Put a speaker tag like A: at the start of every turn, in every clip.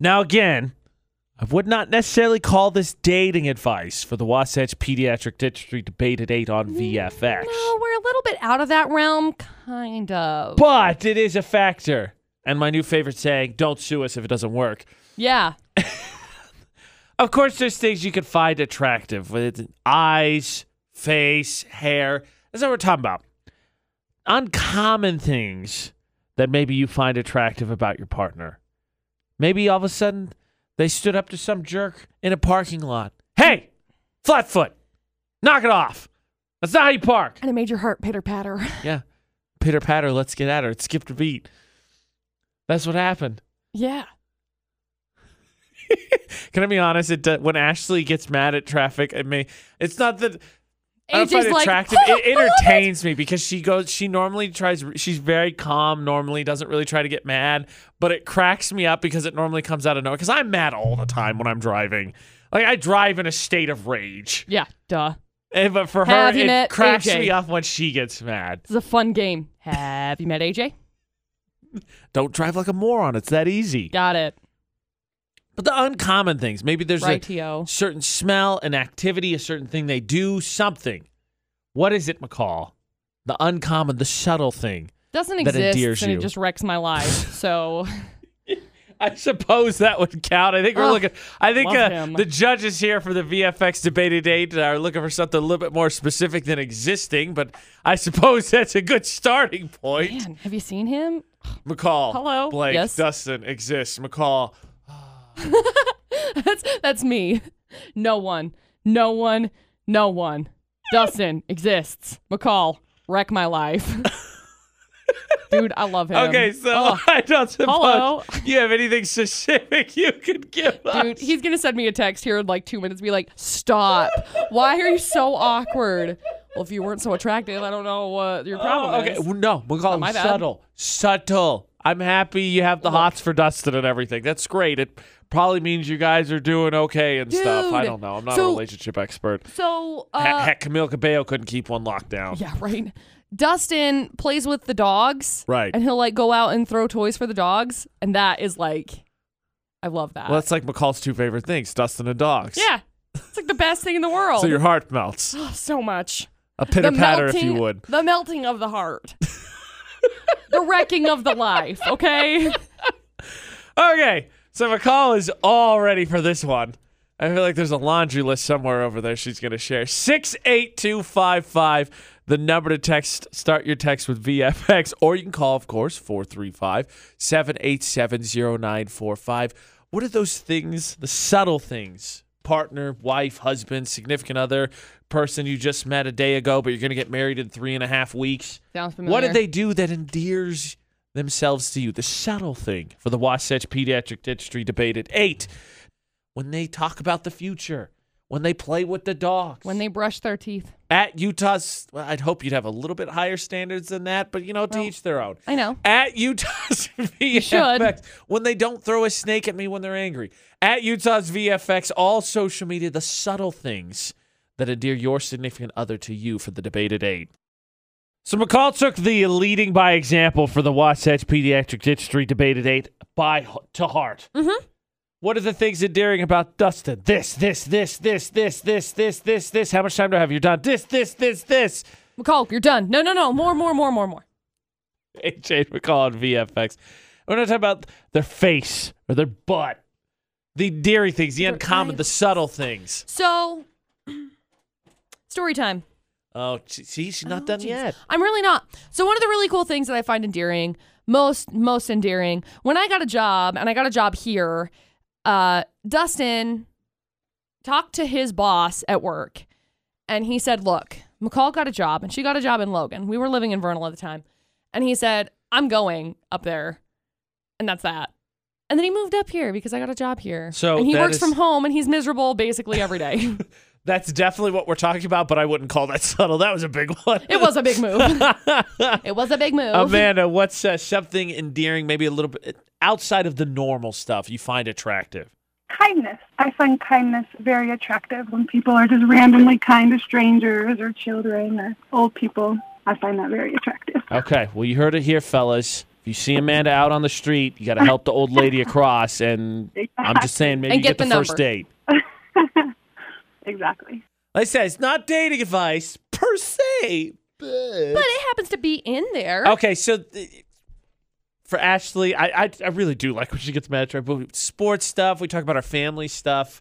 A: Now, again, I would not necessarily call this dating advice for the Wasatch Pediatric Dentistry Debate at 8 on VFX,
B: Mm, No, we're a little bit out of that realm, kind of.
A: but it is a factor. And my new favorite saying, don't sue us if it doesn't work.
B: yeah.
A: Of course, there's things you can find attractive with eyes, face, hair. That's what we're talking about. Uncommon things that maybe you find attractive about your partner. Maybe all of a sudden they stood up to some jerk in a parking lot. Hey, flatfoot, knock it off. That's not how you park.
B: And it made your heart pitter patter.
A: Yeah, pitter patter, let's get at her. It skipped a beat. That's what happened.
B: yeah.
A: Can I be honest? It do- when Ashley gets mad at traffic at me, it's not that I don't
B: AJ's
A: find it
B: like,
A: attractive.
B: "Oh,
A: it
B: I love it."
A: entertains me because she goes. She normally tries. She's very calm. Normally doesn't really try to get mad, but it cracks me up because it normally comes out of nowhere. Because I'm mad all the time when I'm driving. Like I drive in a state of rage.
B: Yeah, duh.
A: And, but for
B: Have
A: her,
B: you
A: it
B: met
A: cracks
B: AJ?
A: me up when she gets mad.
B: This is a fun game. Have you met AJ?
A: Don't drive like a moron. It's that easy.
B: Got it.
A: But the uncommon things. Maybe there's a,
B: Rightio.
A: certain smell, an activity, a certain thing they do, something. What is it, McCall? The uncommon, the subtle thing.
B: Doesn't
A: that
B: exist,
A: endears
B: and
A: you.
B: it just wrecks my life. So
A: I suppose that would count. I think we're
B: Ugh,
A: looking. I think
B: love
A: uh,
B: him.
A: the judges here for the VFX debate today are looking for something a little bit more specific than existing, but I suppose that's a good starting point.
B: Man, have you seen him?
A: McCall,
B: Hello?
A: Blake,
B: Yes? Um,
A: Dustin exists. McCall,
B: that's that's me. No one. No one. No one. Dustin exists. McCall, wreck my life. Dude, I love him.
A: Okay, so
B: Ugh.
A: I don't suppose
B: oh. Hello?
A: you have anything specific you could give us.
B: Dude, he's gonna send me a text here in like two minutes, be like, "Stop! Why are you so awkward?" Well, if you weren't so attractive, I don't know what your problem
A: Oh, okay.
B: is.
A: Well, no, we'll call
B: Not
A: him
B: my bad.
A: subtle. Subtle. I'm happy you have the hots for Dustin and everything. That's great. It probably means you guys are doing okay and stuff. I
B: Dude,
A: don't know. I'm not a
B: so-
A: relationship expert.
B: So,
A: He-
B: uh,
A: Heck, Camille Cabello couldn't keep one locked down.
B: yeah, right. Dustin plays with the dogs,
A: Right.
B: And he'll like go out and throw toys for the dogs, and that is like, I love that.
A: Well, that's like McCall's two favorite things, Dustin and dogs.
B: yeah, it's like the best thing in the world.
A: So your heart melts.
B: Oh, so much.
A: A pitter patter, if you would.
B: The melting of the heart. the wrecking of the life. Okay.
A: Okay. So McCall is all ready for this one. I feel like there's a laundry list somewhere over there she's going to share. 68255, the number to text. Start your text with VFX, or you can call, of course, 435 787 0945. What are those things, the subtle things? Partner, wife, husband, significant other, person you just met a day ago, but you're going to get married in three and a half weeks.
B: Sounds familiar.
A: What did they do that endears themselves to you? The subtle thing for the Wasatch Pediatric Dentistry debate at eight. When they talk about the future, when they play with the dogs,
B: When they brush their teeth.
A: at Utah's, well, I'd hope you'd have a little bit higher standards than that, but you know, to
B: Well,
A: each their own.
B: I know.
A: At Utah's
B: should.
A: VFX, when they don't throw a snake at me when they're angry. At Utah's VFX, all social media, the subtle things that endear your significant other to you for the debate at eight. So McCall took the leading by example for the Wasatch Pediatric Dentistry debate at eight by to heart.
B: Mhm.
A: What are the things endearing about Dustin? This, this, this, this, this, this, this, this, this. How much time do I have? You're done. This, this, this, this.
B: McCall, you're done. No, no, no. More, more, more, more, more.
A: AJ McCall on VFX. We're not talking about their face or their butt. The dairy things, the
B: Their
A: uncommon, the
B: eyes.
A: subtle things.
B: So, story time.
A: Oh, she- see, she's not
B: Oh,
A: done
B: jeez.
A: yet.
B: I'm really not. So one of the really cool things that I find endearing, most most endearing, when I got a job and I got a job here, uh, Dustin talked to his boss at work, and he said, "Look, McCall got a job, and she got a job in Logan. We were living in Vernal at the time, and he said, "I'm going up there," and that's that. And then he moved up here because I got a job here.
A: So
B: and he
A: that
B: works
A: is-
B: from home, and he's miserable basically every day.
A: That's definitely what we're talking about, but I wouldn't call that subtle. That was a big one.
B: it was a big move. it was a big move.
A: Amanda, what's uh, something endearing, maybe a little bit outside of the normal stuff you find attractive?
C: kindness. I find kindness very attractive when people are just randomly kind to strangers or children or old people. I find that very attractive.
A: Uh, Okay, well, you heard it here, fellas. If you see Amanda out on the street, you got to help the old lady across. And I'm just saying, maybe
B: And
A: you get,
B: get
A: the
B: the
A: first
B: number.
A: date.
C: Exactly.
A: Like I said, it's not dating advice per se.
B: But it happens to be in there.
A: Okay, so th- for Ashley, I, I I really do like when she gets mad at her. But we- sports stuff, we talk about our family stuff.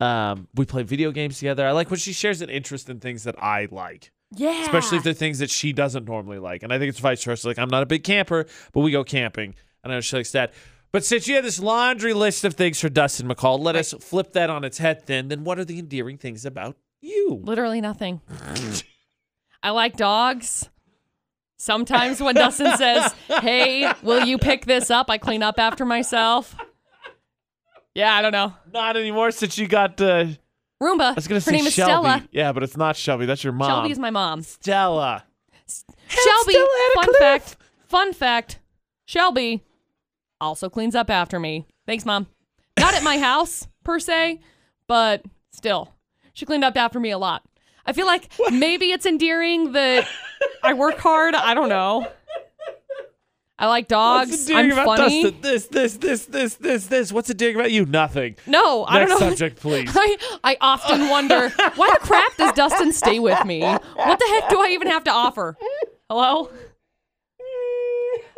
A: Um, we play video games together. I like when she shares an interest in things that I like,
B: Yeah.
A: especially if they're things that she doesn't normally like. And I think it's vice versa. Like I'm not a big camper, but we go camping, and I know she likes that. But since you have this laundry list of things for Dustin McCall, let us flip that on its head. Then, then what are the endearing things about you?
B: Literally nothing. I like dogs. Sometimes when Dustin says, Hey, will you pick this up? I clean up after myself. Yeah, I don't know.
A: Not anymore since you got. Uh,
B: Roomba.
A: I was gonna
B: Her
A: say
B: name is
A: Shelby.
B: Stella.
A: Yeah, but it's not Shelby. That's your mom.
B: Shelby is my mom.
A: Stella.
B: Shelby,
A: Stella at a
B: fun
A: cliff.
B: fact, fun fact, Shelby also cleans up after me. Thanks, mom. Not at my house per se, but still, she cleaned up after me a lot. I feel like maybe it's endearing that I work hard. I don't know. I like dogs.
A: What's
B: I'm
A: endearing about
B: funny.
A: Dustin? This, this, this, this, this, this. What's endearing about you? Nothing.
B: No, I
A: Next
B: don't know.
A: subject, please.
B: I, I often wonder why the crap does Dustin stay with me? What the heck do I even have to offer? Hello?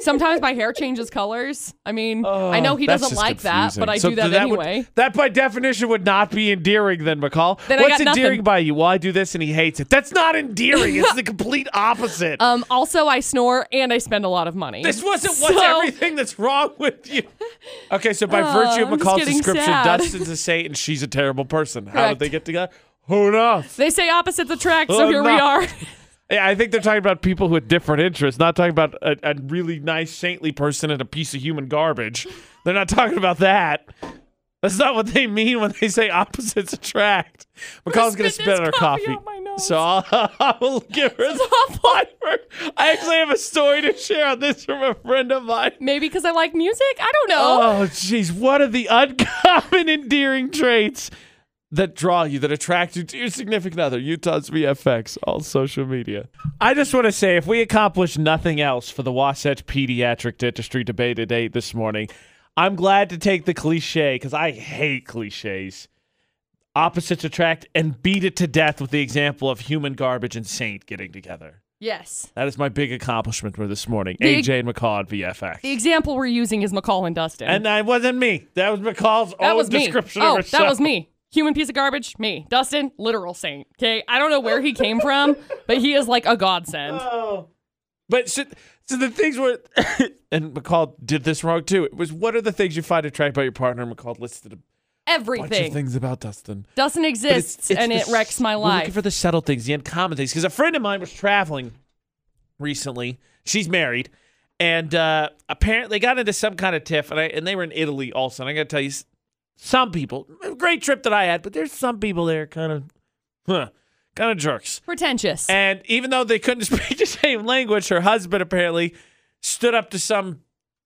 B: Sometimes my hair changes colors. I mean, I know he
A: Oh, That's
B: doesn't
A: just
B: like that,
A: confusing.
B: but I
A: So
B: do that,
A: that would-
B: anyway.
A: that by definition would not be endearing, then McCall.
B: Then I
A: What's
B: got nothing.
A: endearing by you? Well, I do this and he hates it. That's not endearing. it's the complete opposite.
B: um, also, I snore and I spend a lot of money.
A: this wasn't what's
B: Mm. so-
A: everything that's wrong with you. Okay, so by
B: Oh,
A: virtue of
B: I'm just
A: McCall's
B: getting
A: description,
B: sad.
A: Dustin's a saint and she's a terrible person. How did
B: Correct.
A: they get together? Who knows?
B: They say opposites attract, so
A: Oh,
B: here
A: no.
B: we are.
A: Yeah, I think they're talking about people with different interests, not talking about a, a really nice, saintly person and a piece of human garbage. They're not talking about that. That's not what they mean when they say opposites attract. McCall's gonna
B: spit
A: spit
B: this
A: on her
B: coffee
A: coffee,
B: out my nose.
A: so I'll, I'll give her the
B: awful.
A: fiber. I actually have a story to share on this from a friend of mine.
B: Maybe because I like music? I don't know.
A: Oh, jeez. What are the uncommon endearing traits that draw you, that attract you to your significant other? Utah's VFX, all social media. I just want to say if we accomplish nothing else for the Wasatch Pediatric Dentistry debate at 8 this morning, I'm glad to take the cliche because I hate cliches. Opposites attract and beat it to death with the example of human garbage and saint getting together.
B: Yes.
A: That is my big accomplishment for this morning.
B: The-
A: AJ and McCall at VFX.
B: The example we're using is McCall and Dustin.
A: And that wasn't me. That was McCall's
B: That
A: own
B: was me.
A: description
B: oh,
A: of herself.
B: that was me. Human piece of garbage, me. Dustin, literal saint. Okay, I don't know where he came from, but he is like a godsend.
A: Oh. But so, so the things were, and McCall did this wrong too. It was what are the things you find attracted by your partner? And McCall listed a bunch of
B: Everything
A: things about Dustin.
B: doesn't
A: But
B: exist, and
A: the
B: it wrecks my
A: s- We're looking
B: life.
A: for the subtle things, the uncommon things. Because a friend of mine was traveling recently. She's married, and uh, apparently they got into some kind of tiff. And I and they were in Italy also. And I got to tell you, s- some people, great trip that I had, but there's some people there kind of, huh, kind of jerks.
B: Pretentious.
A: And even though they couldn't speak the same language, her husband apparently stood up to some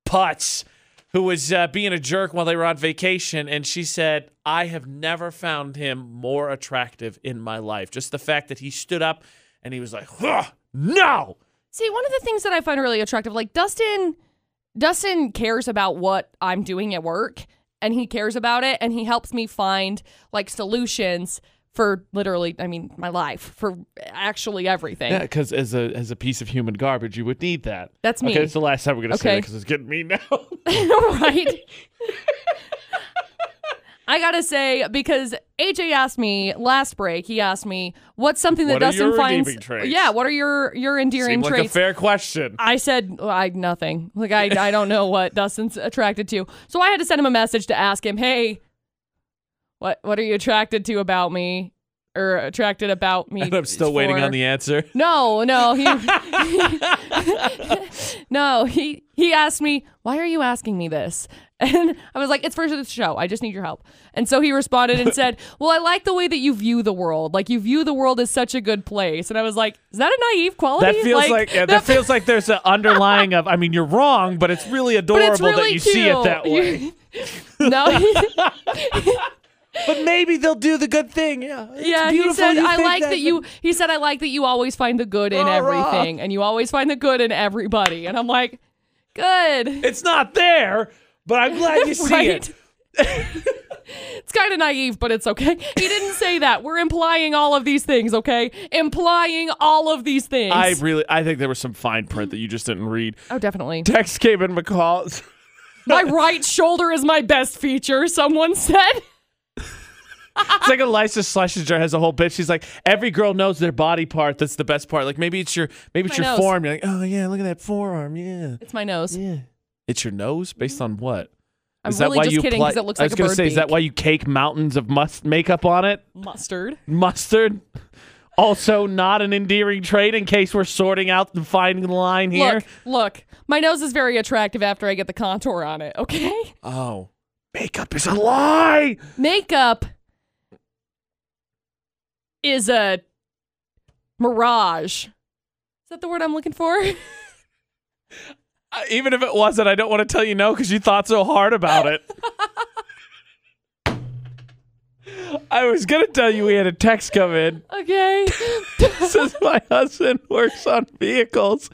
A: putz who was uh, being a jerk while they were on vacation. And she said, I have never found him more attractive in my life. Just the fact that he stood up and he was like, "Huh, no.
B: See, one of the things that I find really attractive, like Dustin, Dustin cares about what I'm doing at work, and he cares about it, and he helps me find like solutions for literally, I mean, my life for actually everything.
A: because as a as a piece of human garbage, you would need that.
B: That's me.
A: Okay, it's the last time we're gonna say
B: Okay.
A: that because it's getting me now.
B: right? I gotta say, because AJ asked me last break, he asked me, "What's something that
A: What are
B: Dustin
A: your
B: finds?"
A: redeeming traits?
B: Yeah, what are your your endearing
A: Seemed like a
B: traits?
A: fair question.
B: I said well, I nothing. Like I I don't know what Dustin's attracted to, so I had to send him a message to ask him, "Hey, what what are you attracted to about me, or attracted about me?"
A: I'm still waiting
B: for?"
A: on the answer.
B: No, no, he, no, he he asked me, "Why are you asking me this?" And I was like, "It's for the show. I just need your help." And so he responded and said, "Well, I like the way that you view the world. Like you view the world as such a good place." And I was like, "Is that a naive quality?"
A: That feels like, yeah, that, feels like there's an underlying of. I mean, you're wrong, but it's really
B: but
A: adorable
B: it's
A: that
B: really
A: you
B: cute.
A: see it that way.
B: no, he,
A: but maybe they'll do the good thing. Yeah, it's
B: yeah, he
A: beautiful
B: said,
A: you
B: "I
A: think
B: like that you."
A: but- Uh-huh.
B: He said, "I like that you always find the good in
A: Rah, rah.
B: everything, and you always find the good in everybody." And I'm like, Good.
A: It's not there, but I'm glad you see
B: Right?
A: it.
B: it's kind of naive, but it's okay. He didn't say that. We're implying all of these things, okay? Implying all of these things.
A: I really, I think there was some fine print that you just didn't read.
B: oh, definitely.
A: Text came in McCall.
B: my right shoulder is my best feature, someone said.
A: It's like Elisa Schlesinger has a whole bit. She's like, every girl knows their body part that's the best part. Like maybe it's your maybe it's
B: My
A: your
B: nose.
A: forearm. You're like, oh yeah, look at that forearm. Yeah,
B: It's my nose.
A: yeah. It's your nose based on what?
B: Mm-hmm. I'm really just kidding
A: apply-
B: because it looks
A: I
B: like
A: was
B: a
A: gonna
B: bird
A: say, is that
B: beak.
A: why you cake mountains of must makeup on it?
B: Mustard.
A: Mustard. Also, not an endearing trait. In case we're sorting out and finding the line here.
B: Look, look. My nose is very attractive after I get the contour on it, okay?
A: Oh, makeup is a lie.
B: Makeup is a mirage. Is that the word I'm looking for?
A: Uh, Even if it wasn't, I don't want to tell you no because you thought so hard about it. I was gonna tell you we had a text come in.
B: okay.
A: Says my husband works on vehicles,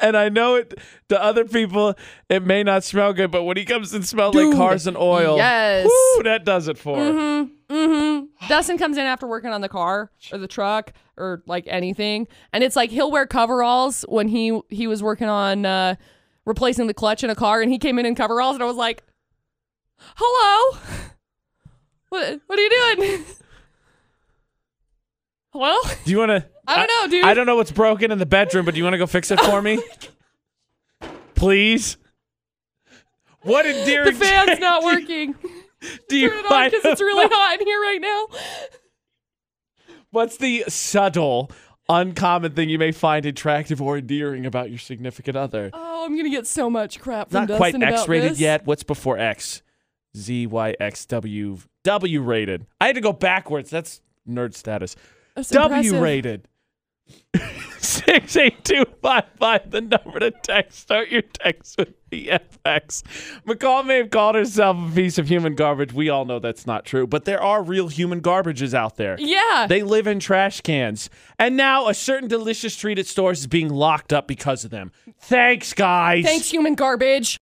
A: and I know it to other people it may not smell good, but when he comes and smells like
B: Dude,
A: cars and oil,
B: yes.
A: whoo, that does it for. him.
B: Mm-hmm. Mm-hmm. Dustin comes in after working on the car or the truck or like anything, and it's like he'll wear coveralls when he he was working on uh, replacing the clutch in a car, and he came in in coveralls, and I was like, "Hello, what what are you doing? Hello,
A: Do you want to?
B: I don't know, dude.
A: I don't know what's broken in the bedroom, but do you want to go fix it for me, please? What
B: the
A: endearing
B: fan's
A: trait
B: not
A: do you-
B: working.
A: Do you
B: Turn it on
A: find
B: because it's
A: about-
B: really hot in here right now."
A: What's the subtle, uncommon thing you may find attractive or endearing about your significant other?
B: Oh, I'm gonna get so much crap from
A: Not
B: Dustin
A: quite
B: about
A: X-rated
B: this.
A: yet. What's before X? Z Y X W W rated. I had to go backwards. That's nerd status.
B: That's
A: W
B: impressive.
A: rated. Six eight two five five. The number to text. Start your text with BFX. McCall may have called herself a piece of human garbage. We all know that's not true, but there are real human garbages out there.
B: Yeah.
A: They live in trash cans. And now a certain delicious treat at stores is being locked up because of them. Thanks, guys.
B: Thanks, human garbage.